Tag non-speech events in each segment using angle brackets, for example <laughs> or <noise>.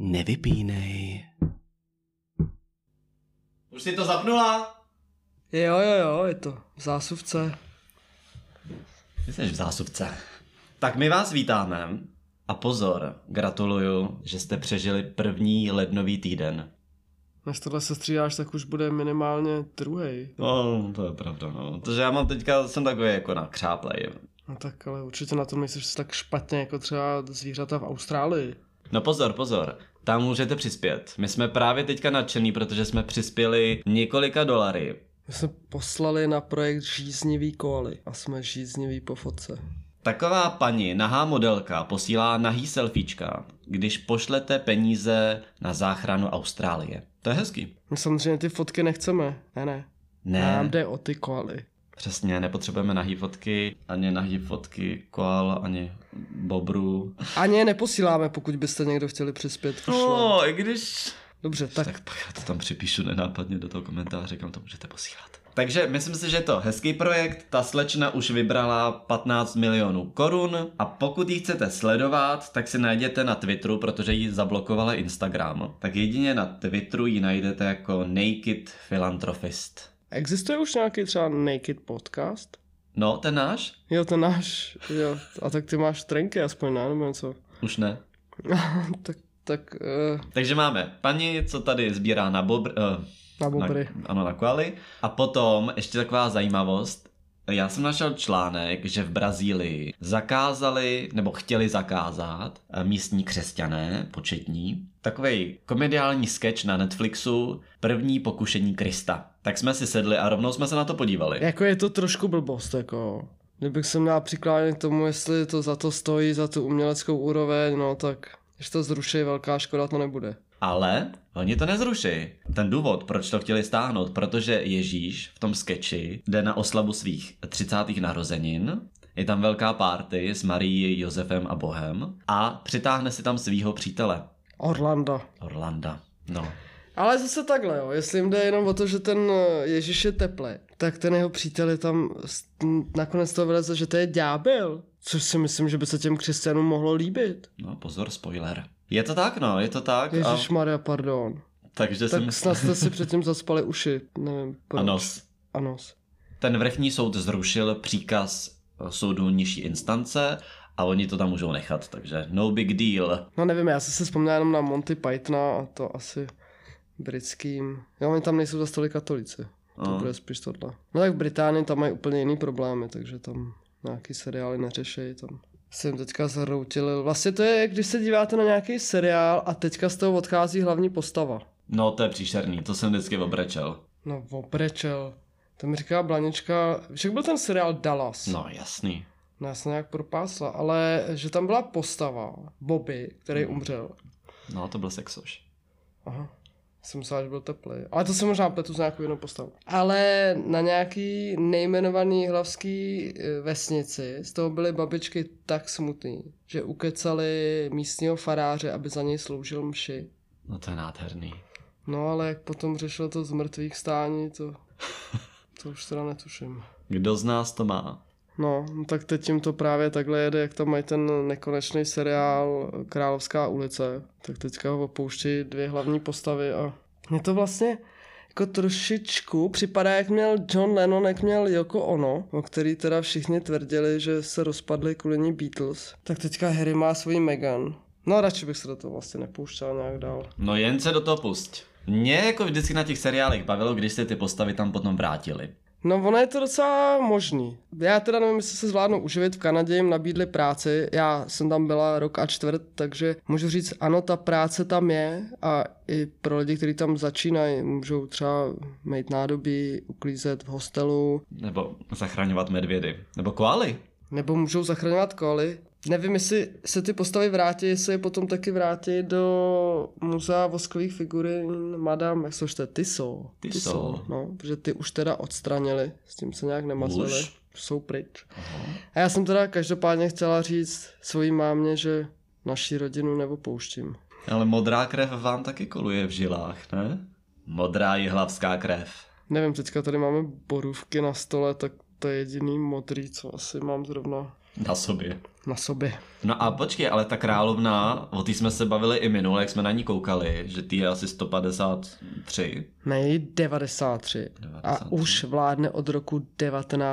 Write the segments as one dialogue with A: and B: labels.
A: Nevypínej.
B: Už si to zapnula?
C: Jo, jo, jo, je to v zásuvce.
B: Ty jsi v zásuvce. Tak my vás vítáme. A pozor, gratuluju, že jste přežili první lednový týden.
C: Než tohle se střídáš, tak už bude minimálně druhý.
B: No, to je pravda, no. Protože já mám teďka, jsem takový jako nakřáplej.
C: No tak ale určitě na tom nejsi tak špatně jako třeba zvířata v Austrálii.
B: No pozor, pozor, tam můžete přispět. My jsme právě teďka nadšený, protože jsme přispěli několika dolary.
C: My jsme poslali na projekt žíznivý koaly a jsme žízniví po fotce.
B: Taková paní, nahá modelka, posílá nahý selfiečka, když pošlete peníze na záchranu Austrálie. To je hezký.
C: My samozřejmě ty fotky nechceme, ne, ne.
B: Ne,
C: Nám jde o ty koaly.
B: přesně, nepotřebujeme nahý fotky, ani nahý fotky koal, ani bobrů.
C: Ani je neposíláme, pokud byste někdo chtěli přispět. k členu.
B: No, i když...
C: Dobře, tak,
B: Tak pak já to tam připíšu nenápadně do toho komentáře, kam to můžete posílat. Takže myslím si, že je to hezký projekt. Ta slečna už vybrala 15 milionů korun a pokud ji chcete sledovat, tak si najděte na Twitteru, protože ji zablokovala Instagram. Tak jedině na Twitteru ji najdete jako Naked Philanthropist.
C: existuje už nějaký třeba naked podcast?
B: No, ten náš?
C: Jo, ten náš, jo. A tak ty máš trenky aspoň, ne? Nebo něco.
B: Už ne.
C: tak, tak, uh,
B: Takže máme paní, co tady sbírá na bobr... Uh,
C: na bobry.
B: Na, ano, na koaly. A potom ještě taková zajímavost. Já jsem našel článek, že v Brazílii zakázali, nebo chtěli zakázat eh, místní křesťané, početní, takový komediální sketch na Netflixu První pokušení Krista. Tak jsme si sedli a rovnou jsme se na to podívali.
C: Jako je to trošku blbost, jako. Kdybych se měl přiklánět k tomu, jestli to za to stojí, za tu uměleckou úroveň, no tak, když to zruší, velká škoda to nebude.
B: Ale oni to nezruší. Ten důvod, proč to chtěli stáhnout, protože Ježíš v tom sketchi jde na oslavu svých 30. narozenin, je tam velká party s Marií, Josefem a Bohem a přitáhne si tam svýho přítele,
C: Orlando.
B: Orlanda. No.
C: Ale zase takhle, jo. Jestli jim jde jenom o to, že ten eh, Ježíš je teple, tak ten jeho přítel je tam s- m, nakonec to vyleze, že to je ďábel. Což si myslím, že by se těm křesťanům mohlo líbit.
B: no, pozor, spoiler. Je to tak, no, je to tak. A,
C: Ježíš Maria, pardon.
B: takže jsem...
C: Tak snad jste <laughs> si předtím zaspali uši. Nevím, proč.
B: A nos.
C: A nos.
B: Ten vrchní soud zrušil příkaz eh, soudu nižší instance a oni to tam můžou nechat, takže no big deal.
C: No nevím, já jsem si vzpomněl jenom na Monty Pythona a to asi britským. Jo, oni tam nejsou za tolik katolíci. To
B: No.
C: bude spíš tohle. No tak v Británii tam mají úplně jiný problémy, takže tam nějaký seriály neřešejí. Tam jsem teďka zhroutil. Vlastně to je, když se díváte na nějaký seriál a teďka z toho odchází hlavní postava.
B: No, to je příšerný, to jsem vždycky obrečel.
C: No obrečel. To mi říká Blanička, však byl ten seriál Dallas.
B: No, jasný.
C: Nás nějak propásla, ale že tam byla postava, Bobby, který
B: Mhm.
C: umřel.
B: No, to byl sexoš.
C: Aha. Jsem myslel, že byl teplý. Ale to se možná pletu s nějakou jinou postavou. Ale na nějaký nejmenovaný hlavský eh, vesnici z toho byly babičky tak smutný, že ukecali místního faráře, aby za něj sloužil mši.
B: No to je nádherný.
C: No ale jak potom řešil to z mrtvých stání, to, to už teda netuším.
B: Kdo z nás to má?
C: No, no tak teď jim to právě takhle jede, jak tam mají ten nekonečný seriál Královská ulice, tak teďka ho opouští dvě hlavní postavy a mě to vlastně jako trošičku připadá, jak měl John Lennon, jak měl Yoko Ono, o který teda všichni tvrdili, že se rozpadli kvůli ní Beatles. Tak teďka Harry má svoji Meghan. No radši bych se do toho vlastně nepouštěl nějak dál.
B: No jen se do toho pusť. Mě jako vždycky na těch seriálech bavilo, když se ty postavy tam potom vrátily.
C: No ono je to docela možný. Já teda nevím, jestli se zvládnu uživit v Kanadě, jim nabídli práci, já jsem tam byla rok a čtvrt, takže můžu říct, ano, ta práce tam je a i pro lidi, kteří tam začínají, můžou třeba mít nádobí, uklízet v hostelu,
B: Nebo zachraňovat medvědy. Nebo koaly.
C: nebo můžou zachraňovat koly. Nevím, jestli se ty postavy vrátí, jestli je potom taky vrátí do muzea voskových figurin Madame, jak se to čte, Tyso.
B: Tyso.
C: No, protože ty už teda odstranili, s tím se nějak nemazlili.
B: Už?
C: Jsou pryč.
B: Aha.
C: A já jsem teda každopádně chtěla říct svojí mámě, že naší rodinu neopouštím.
B: Ale modrá krev vám taky koluje v žilách, ne? Modrá jihlavská krev.
C: Nevím, teďka tady máme borůvky na stole, tak to je jediný modrý, co asi mám zrovna.
B: na sobě.
C: na sobě.
B: No a počkej, ale ta královna, o té jsme se bavili i minule, jak jsme na ní koukali, že ty je asi 153.
C: Mají 93
B: 93.
C: a už vládne od roku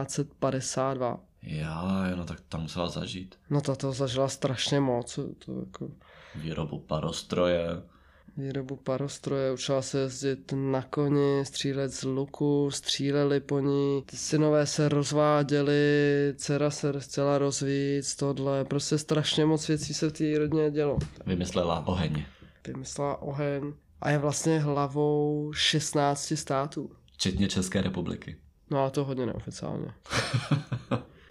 C: 1952.
B: Já, no tak tam musela zažít
C: No ta to zažila strašně moc, to jako
B: výrobu parostroje.
C: výrobu parostroje, učila se jezdit na koni, střílet z luku, stříleli po ní, ty synové se rozváděli, dcera se chtěla rozvíjet, tohle, prostě strašně moc věcí se v té rodině dělo.
B: Vymyslela oheň.
C: Vymyslela oheň a je vlastně hlavou 16 států.
B: Včetně České republiky.
C: No a to hodně neoficiálně.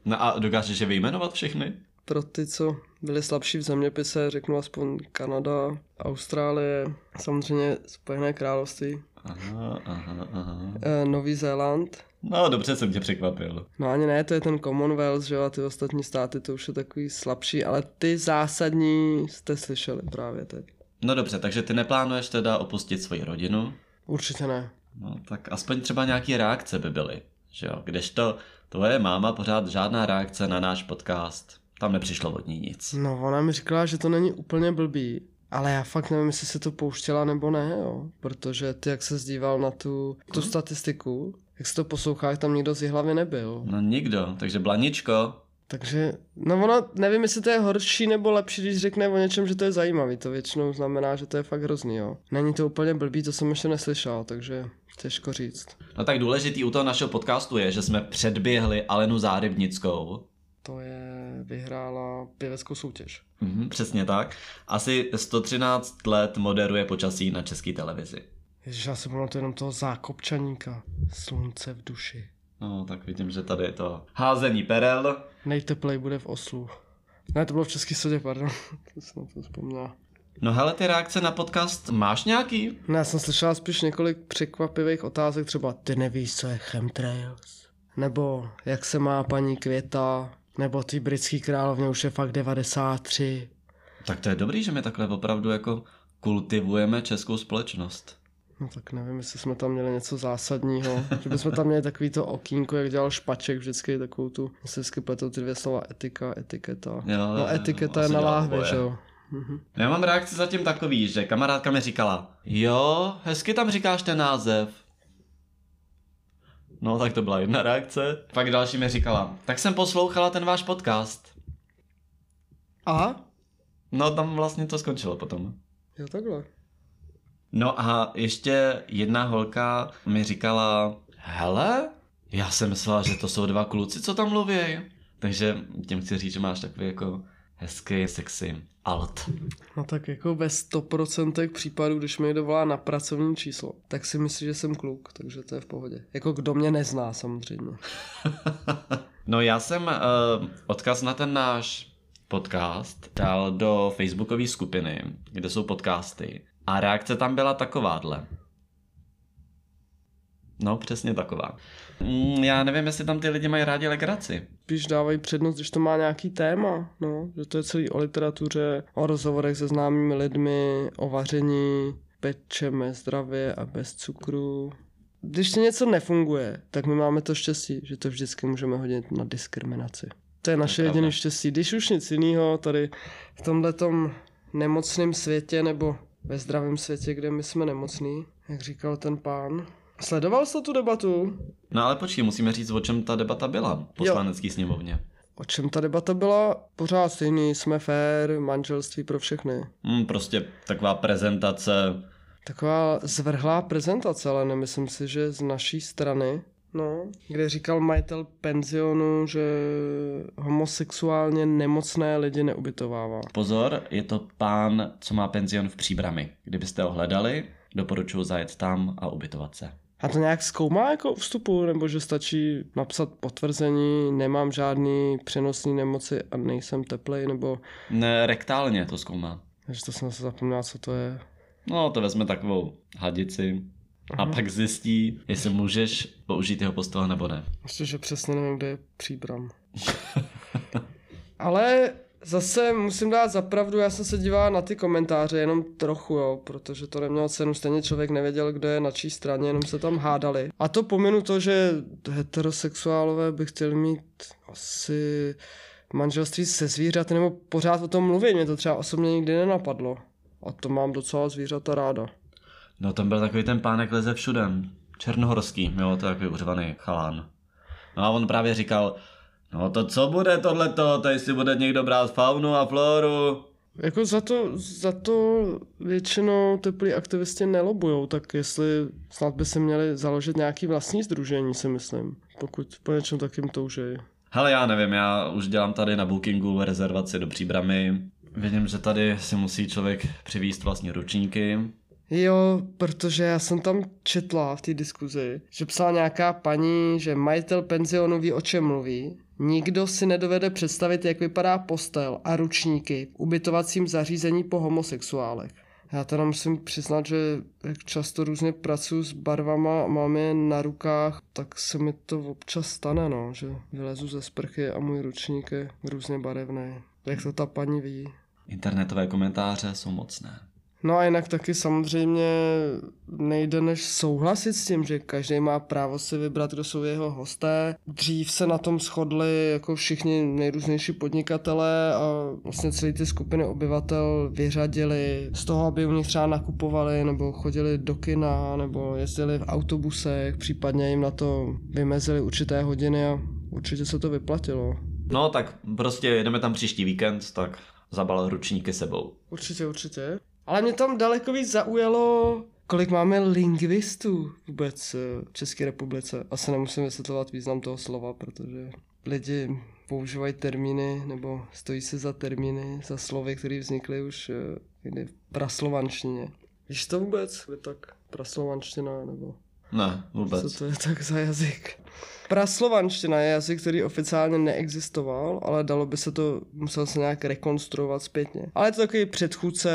B: no a dokážeš je vyjmenovat všechny?
C: Pro ty, co byli slabší v zeměpise, řeknu aspoň Kanada, Austrálie, samozřejmě Spojené království,
B: Aha, aha, aha.
C: eh, Nový Zéland.
B: No dobře jsem tě překvapil.
C: No ani ne, to je ten Commonwealth, že jo, a ty ostatní státy, to už je takový slabší, ale ty zásadní jste slyšeli právě teď.
B: No dobře, takže ty neplánuješ teda opustit svoji rodinu?
C: Určitě ne.
B: No tak aspoň třeba nějaké reakce by byly, že jo? Kdežto tvoje máma pořád žádná reakce na náš podcast. Tam nepřišlo od ní nic.
C: No, ona mi říkala, že to není úplně blbý, ale já fakt nevím, jestli se to pouštěla nebo ne, jo. Protože ty, jak se zdíval na tu, tu
B: Mhm.
C: statistiku, jak se to poslouchá, jak tam nikdo z hlavy nebyl.
B: No nikdo, takže Blaničko,
C: Takže, no ona, nevím, jestli to je horší nebo lepší, když řekne o něčem, že to je zajímavý. To většinou znamená, že to je fakt hrozný, jo. Není to úplně blbý, to jsem ještě neslyšel, takže těžko říct.
B: No tak důležitý u toho našeho podcastu je, že jsme předběhli Alenu Zárybnickou.
C: To je, vyhrála pěveckou soutěž.
B: Mhm, přesně tak. Asi 113 let moderuje počasí na české televizi.
C: Ježiš, já si pamatuju jenom toho zákopčaníka. Slunce v duši.
B: No, tak vidím, že tady je to házení perel.
C: Nejteplej bude v Oslu. Ne, to bylo v Český sodě, pardon. <laughs> to jsem na to vzpomněl.
B: No hele, ty reakce na podcast máš nějaký?
C: No, já jsem slyšela spíš několik překvapivých otázek, třeba ty nevíš, co je chemtrails, nebo jak se má paní Květa, nebo ty britský královně už je fakt 93.
B: Tak to je dobrý, že my takhle opravdu jako kultivujeme českou společnost.
C: No tak nevím, jestli jsme tam měli něco zásadního, že bychom tam měli takový to okýnko, jak dělal Špaček vždycky, takovou tu, já si vždycky pletou ty dvě slova etika, etiketa.
B: Jo, jo, jo,
C: No etiketa je
B: asi
C: na
B: dělá
C: láhvi,
B: oboje.
C: že jo. Mhm.
B: No, Já mám reakci zatím takový, že kamarádka mi říkala, jo, hezky tam říkáš ten název. No, tak to byla jedna reakce. Pak další mi říkala, tak jsem poslouchala ten váš podcast.
C: A?
B: No, tam vlastně to skončilo potom.
C: Jo takhle.
B: No a ještě jedna holka mi říkala, hele, já jsem myslela, že to jsou dva kluci, co tam mluví. Takže tím chci říct, že máš takový jako hezký, sexy alt.
C: No tak jako ve 100% případů, když mi někdo volá na pracovní číslo, tak si myslí, že jsem kluk, takže to je v pohodě. Jako kdo mě nezná samozřejmě.
B: No já jsem uh, odkaz na ten náš podcast dal do facebookové skupiny, kde jsou podcasty. A reakce tam byla takováhle. No, přesně taková. Mm, já nevím, jestli tam ty lidi mají rádi legraci.
C: Spíš dávají přednost, když to má nějaký téma, no, že to je celý o literatuře, o rozhovorech se známými lidmi, o vaření, pečeme zdravě a bez cukru. Když ti něco nefunguje, tak my máme to štěstí, že to vždycky můžeme hodit na diskriminaci. To je naše
B: pravda.
C: jediné štěstí. Když už nic jiného tady v tomhletom nemocném světě nebo ve zdravém světě, kde my jsme nemocní, jak říkal ten pán. Sledoval jsi tu debatu?
B: No ale počkej, musíme říct, o čem ta debata byla v poslanecký sněmovně.
C: O čem ta debata byla? Pořád stejný, jsme fair, manželství pro všechny.
B: Mm, prostě taková prezentace.
C: Taková zvrhlá prezentace, ale nemyslím si, že z naší strany, no, kde říkal majitel penzionu, že homosexuálně nemocné lidi neubytovává.
B: Pozor, je to pán, co má penzion v Příbrami. Kdybyste ho hledali, doporučuji zajet tam a ubytovat se.
C: A to nějak zkoumá jako u vstupu, nebo že stačí napsat potvrzení, nemám žádný přenosný nemoci a nejsem teplej, nebo...
B: Ne, rektálně to zkoumá.
C: Takže to jsem se zapomněl, co to je.
B: No, to vezme takovou hadici a
C: Aha.
B: pak zjistí, jestli můžeš použít jeho postel nebo ne.
C: Ještě, že přesně nevím, kde je příbram. Ale zase musím dát zapravdu, já jsem se díval na ty komentáře jenom trochu, jo, protože to nemělo cenu, stejně člověk nevěděl, kdo je na čí straně, jenom se tam hádali. A to pominu to, že heterosexuálové by chtěli mít asi manželství se zvířaty, nebo pořád o tom mluvit, mě to třeba osobně nikdy nenapadlo. A to mám docela zvířata ráda.
B: No tam byl takový ten pánek leze všudem. Černohorský, jo, to je takový uřvaný chalán. No a on právě říkal, no to co bude tohleto, tady si bude někdo brát faunu a floru.
C: Jako za to, za to většinou teplí aktivisti nelobujou, tak jestli snad by se měli založit nějaký vlastní združení, si myslím, pokud po něčem takým toužejí.
B: Hele, já nevím, já už dělám tady na Bookingu rezervaci do příbramy. Vidím, že tady si musí člověk přivíst vlastní ručníky.
C: Jo, protože já jsem tam četla v té diskuzi, že psala nějaká paní, že majitel penzionu ví, o čem mluví. Nikdo si nedovede představit, jak vypadá postel a ručníky v ubytovacím zařízení po homosexuálech. Já teda musím přiznat, že jak často různě pracuji s barvama a mám je na rukách, tak se mi to občas stane, no, že vylezu ze sprchy a můj ručník je různě barevný. Jak to ta paní ví?
B: Internetové komentáře jsou mocné.
C: No a jinak taky samozřejmě nejde než souhlasit s tím, že každý má právo si vybrat, kdo jsou jeho hosté. Dřív se na tom shodli jako všichni nejrůznější podnikatelé a vlastně celé ty skupiny obyvatel vyřadili z toho, aby u nich třeba nakupovali nebo chodili do kina nebo jezdili v autobusech, případně jim na to vymezili určité hodiny a určitě se to vyplatilo.
B: No tak prostě jedeme tam příští víkend, tak zabal ručníky sebou.
C: Určitě, určitě. Ale mě tam daleko víc zaujalo, kolik máme lingvistů vůbec eh, v České republice. Asi nemusím vysvětlovat význam toho slova, protože lidi používají termíny nebo stojí se za termíny, za slovy, které vznikly už eh, někdy v praslovanštině. Víš to vůbec? Je tak praslovanština nebo
B: Ne, vůbec.
C: co to je tak za jazyk? Praslovanština je jazyk, který oficiálně neexistoval, ale dalo by se to, musel se nějak rekonstruovat zpětně. Ale je to takový předchůdce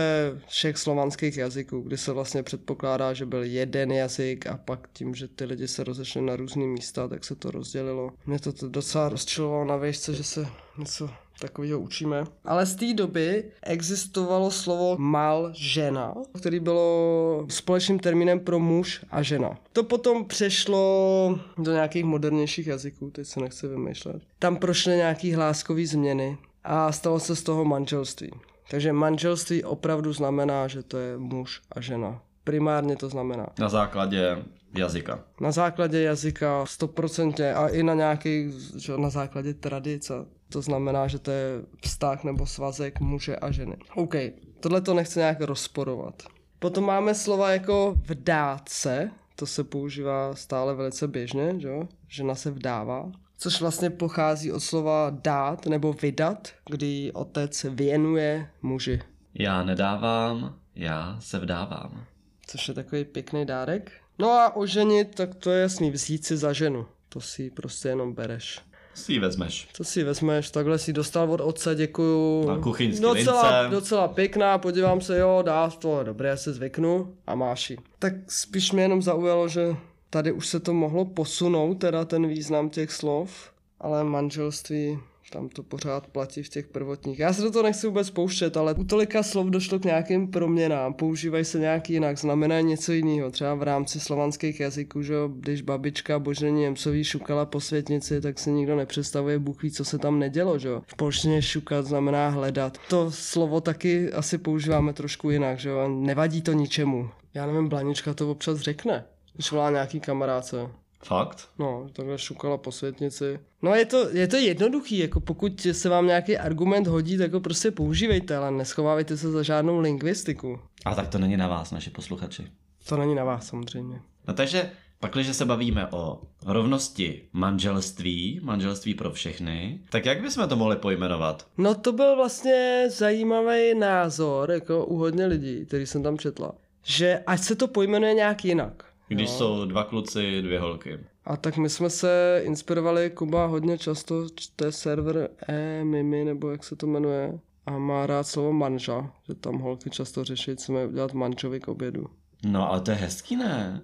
C: všech slovanských jazyků, kdy se vlastně předpokládá, že byl jeden jazyk a pak tím, že ty lidi se rozešli na různé místa, tak se to rozdělilo. Mě to, to docela rozčilovalo na výšce, že se něco takového učíme. Ale z té doby existovalo slovo mal žena, který bylo společným termínem pro muž a žena. To potom přešlo do nějakých modernějších jazyků, teď se nechci vymýšlet. Tam prošly nějaký hláskové změny a stalo se z toho manželství. Takže manželství opravdu znamená, že to je muž a žena. Primárně to znamená.
B: Na základě jazyka.
C: Na základě jazyka 100% a i na nějaký, že jo, na základě tradice. To znamená, že to je vztah nebo svazek muže a ženy. OK, tohle to nechci nějak rozporovat. Potom máme slova jako vdát se, to se používá stále velice běžně, že jo? Žena se vdává, což vlastně pochází od slova dát nebo vydat, kdy otec věnuje muži.
B: Já nedávám, já se vdávám.
C: což je takový pěkný dárek. No a oženit, tak to je jasný, vzít si za ženu. To si ji prostě jenom bereš.
B: Si ji vezmeš.
C: To si ji vezmeš, takhle si ji dostal od otce, děkuju.
B: Na kuchyňský
C: docela,
B: lince.
C: docela pěkná, podívám se, jo, dá to, je dobré, já se zvyknu a máš ji. Tak spíš mě jenom zaujalo, že tady už se to mohlo posunout, teda ten význam těch slov, ale manželství tam to pořád platí v těch prvotních. Já se do toho nechci vůbec pouštět, ale u tolika slov došlo k nějakým proměnám. Používají se nějak jinak, znamená něco jiného. Třeba v rámci slovanských jazyků, že jo, když babička Božení Jemcový šukala po světnici, tak si nikdo nepředstavuje, Bůh ví, co se tam nedělo, že jo. V polštině šukat znamená hledat. To slovo taky asi používáme trošku jinak, že jo. a Nevadí to ničemu. Já nevím, Blanička to občas řekne, když volá nějaký kamarádce.
B: Fakt?
C: No, takhle šukala po světnici. No je to, je to jednoduchý, jako pokud se vám nějaký argument hodí, tak ho prostě používejte, ale neschovávejte se za žádnou lingvistiku.
B: A tak to není na vás, naši posluchači.
C: To není na vás samozřejmě.
B: No takže, pakliže se bavíme o rovnosti manželství, manželství pro všechny, tak jak bychom to mohli pojmenovat?
C: No to byl vlastně zajímavý názor, jako u hodně lidí, který jsem tam četla, že ať se to pojmenuje nějak jinak.
B: Když
C: jo.
B: jsou dva kluci, dvě holky.
C: A tak my jsme se inspirovali, Kuba hodně často čte server e-mimi, nebo jak se to jmenuje, a má rád slovo manža, že tam holky často řeší, co mají udělat manžovi k obědu.
B: No ale to je hezký, ne?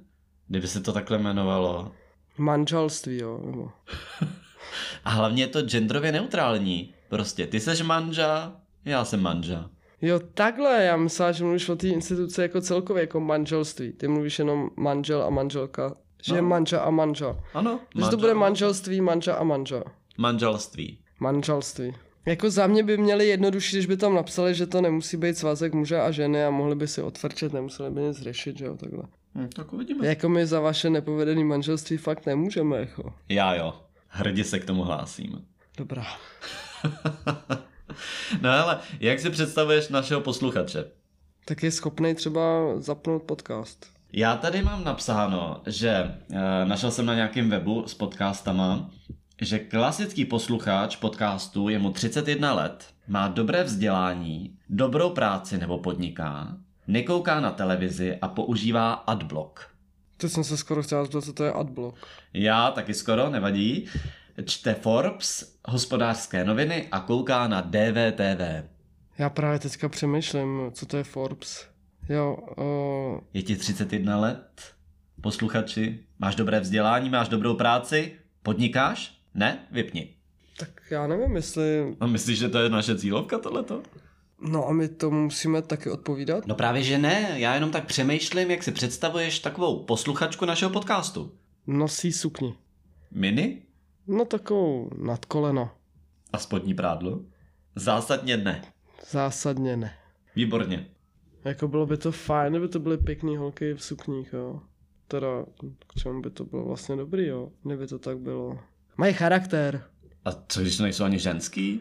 B: Kdyby se to takhle jmenovalo.
C: Manželství, jo. Nebo.
B: A hlavně je to genderově neutrální. Prostě ty seš manža, já jsem manža.
C: Jo, takhle, já myslel, že mluvíš o té instituce jako celkově, jako manželství. Ty mluvíš jenom manžel a manželka. Že je
B: No.
C: manža a manža.
B: Ano,
C: Že to bude manželství, manža a manža.
B: manželství.
C: Manželství. Jako za mě by měli jednodušší, když by tam napsali, že to nemusí být svazek muže a ženy a mohli by si otvrčet, nemuseli by nic řešit, že jo, takhle.
B: Hm, tak uvidíme.
C: Jako my za vaše nepovedené manželství fakt nemůžeme, jako.
B: Já jo. Hrdě se k tomu hlásím.
C: Dobrá.
B: No ale jak si představuješ našeho posluchače?
C: Tak je schopný třeba zapnout podcast.
B: Já tady mám napsáno, že eh, našel jsem na nějakém webu s podcastama, že klasický posluchač podcastu je mu 31 let, má dobré vzdělání, dobrou práci nebo podniká, nekouká na televizi a používá adblock.
C: To jsem se skoro chtěl zeptat, co to je adblock.
B: Já taky skoro, nevadí. Čte Forbes, hospodářské noviny a kouká na DVTV.
C: Já právě teďka přemýšlím, co to je Forbes. Jo, eh, o,
B: Je ti 31 let? Posluchači, máš dobré vzdělání, máš dobrou práci? Podnikáš? Ne? Vypni.
C: tak já nevím, jestli...
B: A myslíš, že to je naše cílovka tohleto?
C: No a my tomu musíme taky odpovídat.
B: No právě, že ne. Já jenom tak přemýšlím, jak si představuješ takovou posluchačku našeho podcastu.
C: Nosí sukni.
B: Mini?
C: No takovou nad koleno.
B: A spodní prádlo? Zásadně ne.
C: Zásadně ne.
B: Výborně.
C: Jako bylo by to fajn, kdyby to byly pěkný holky v sukních, jo. Teda, k čemu by to bylo vlastně dobrý, jo. Kdyby to tak bylo. Mají charakter.
B: A co, když nejsou ani ženský?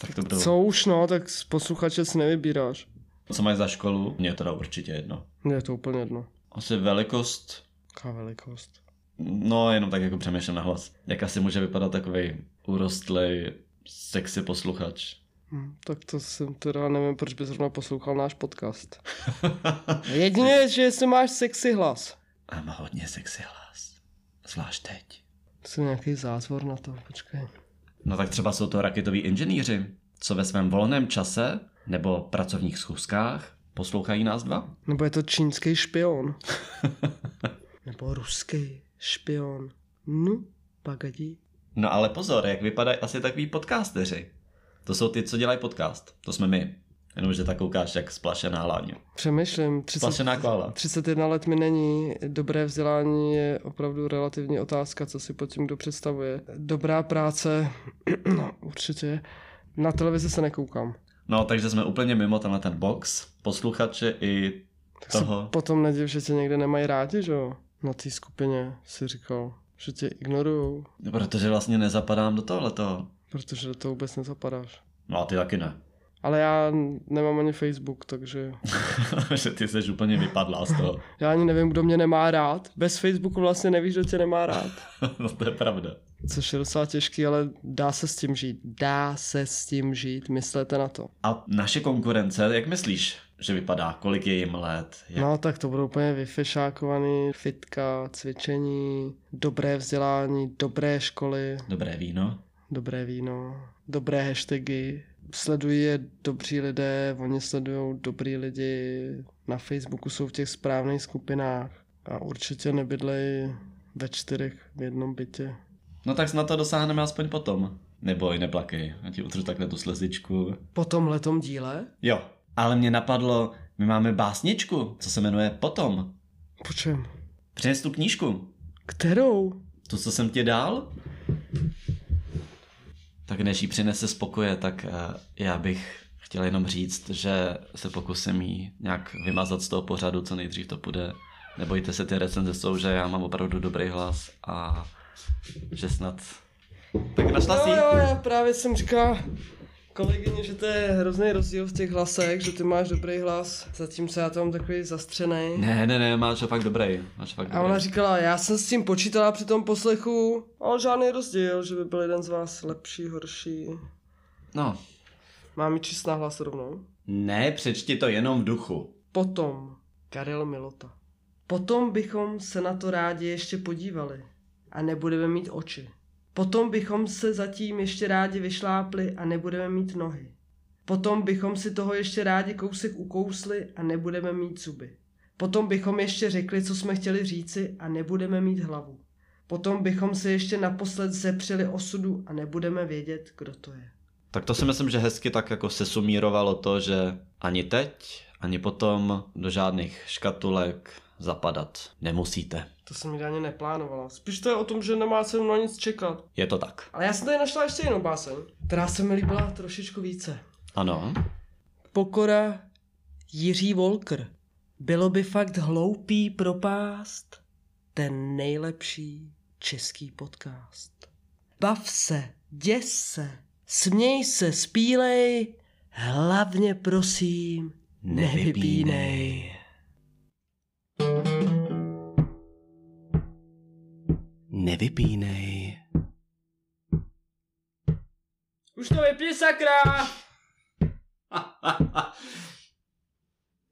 B: Tak to bylo.
C: Co už no, tak z posluchače si nevybíráš.
B: co mají za školu? Mně je teda určitě jedno.
C: Mně je to úplně jedno.
B: Asi velikost
C: Jaká velikost.
B: No, jenom tak jako přemýšlím na hlas. Jak asi může vypadat takový urostlej sexy posluchač?
C: Hm, tak to jsem teda nevím, proč by zrovna poslouchal náš podcast. Jedině, že jestli máš sexy hlas.
B: A má hodně sexy hlas. Zvlášť teď.
C: Jsem nějaký zázvor na to, počkej.
B: No tak třeba jsou to raketoví inženýři, co ve svém volném čase nebo pracovních schůzkách poslouchají nás dva.
C: Nebo je to čínský špion. <laughs> Nebo ruský špion. No, pagadí.
B: No ale pozor, jak vypadají asi takový podcasteři. To jsou ty, co dělají podcast. To jsme my. Jenomže tak koukáš jak splašená láně.
C: Přemýšlím, 30,
B: Splašená kvála.
C: 31 let mi není, dobré vzdělání je opravdu relativní otázka, co si pod tím kdo představuje. Dobrá práce, <clears throat> no určitě. Na televizi se nekoukám.
B: No, takže jsme úplně mimo tenhle ten box. Posluchače i
C: Tak
B: toho.
C: se potom nediv, že tě někde nemají rádi, že jo? Na té skupině si říkal, že tě ignorujou,
B: Protože vlastně nezapadám do tohoto.
C: protože do toho vůbec nezapadáš.
B: No a ty taky ne. <laughs>
C: Ale já nemám ani Facebook, takže
B: že ty jsi úplně vypadlá z toho. <laughs>
C: já ani nevím, kdo mě nemá rád. Bez Facebooku vlastně nevíš, kdo tě nemá rád.
B: no to je pravda.
C: Což je docela těžký, ale dá se s tím žít. Dá se s tím žít, myslete na to.
B: A naše konkurence, jak myslíš, že vypadá? Kolik je jim let? Jak...
C: No tak to budou úplně vyfešákovaný, fitka, cvičení, dobré vzdělání, dobré školy,
B: Dobré víno?
C: dobré víno, dobré hashtagy. Sledují je dobří lidé, oni sledují dobrý lidi, na Facebooku jsou v těch správných skupinách a určitě nebydlej ve čtyřech v jednom bytě.
B: No tak snad to dosáhneme aspoň potom. Neboj, neplakej, já ti utřu takhle tu slezičku.
C: Po tom letom díle?
B: Jo, ale mě napadlo, my máme básničku, co se jmenuje Potom.
C: Po čem?
B: Přines tu knížku,
C: Kterou?
B: tu, co jsem ti dal. Tak než ji přinese z pokoje, tak eh, já bych chtěl jenom říct, že se pokusím ji nějak vymazat z toho pořadu, co nejdřív to půjde. Nebojte se, ty recenze jsou, že já mám opravdu dobrý hlas a že snad... Tak našla jsi?
C: Jo,
B: ji?
C: jo, já právě jsem říkal kolegyně, že to je hrozný rozdíl v těch hlasech, že ty máš dobrý hlas, zatímco já to mám takový zastřený.
B: Ne, ne, ne, máš ho fakt dobrý. Máš fakt
C: A ona
B: dobrý.
C: říkala, já jsem s tím počítala při tom poslechu, ale žádný rozdíl, že by byl jeden z vás lepší, horší.
B: No,
C: Mám ji číst na hlas rovnou.
B: ne, přečti to jenom v duchu.
C: Potom, Karel Milota. Potom bychom se na to rádi ještě podívali a nebudeme mít oči. Potom bychom se zatím ještě rádi vyšlápli a nebudeme mít nohy. Potom bychom si toho ještě rádi kousek ukousli a nebudeme mít zuby. Potom bychom ještě řekli, co jsme chtěli říci a nebudeme mít hlavu. Potom bychom se ještě naposled zepřeli osudu a nebudeme vědět, kdo to je.
B: Tak to si myslím, že hezky tak jako se sumírovalo to, že ani teď, ani potom do žádných škatulek, zapadat nemusíte.
C: To jsem ideálně neplánovala. Spíš to je o tom, že nemá cenu na nic čekat.
B: Je to tak.
C: Ale já jsem tady našla ještě jinou báseň, která se mi líbila trošičku více.
B: Ano.
C: Pokora Jiří Volker. Bylo by fakt hloupý propást ten nejlepší český podcast. Bav se, děs se, směj se, spílej, hlavně prosím, nevypínej.
B: Nevypínej.
C: Už to vypni, sakra!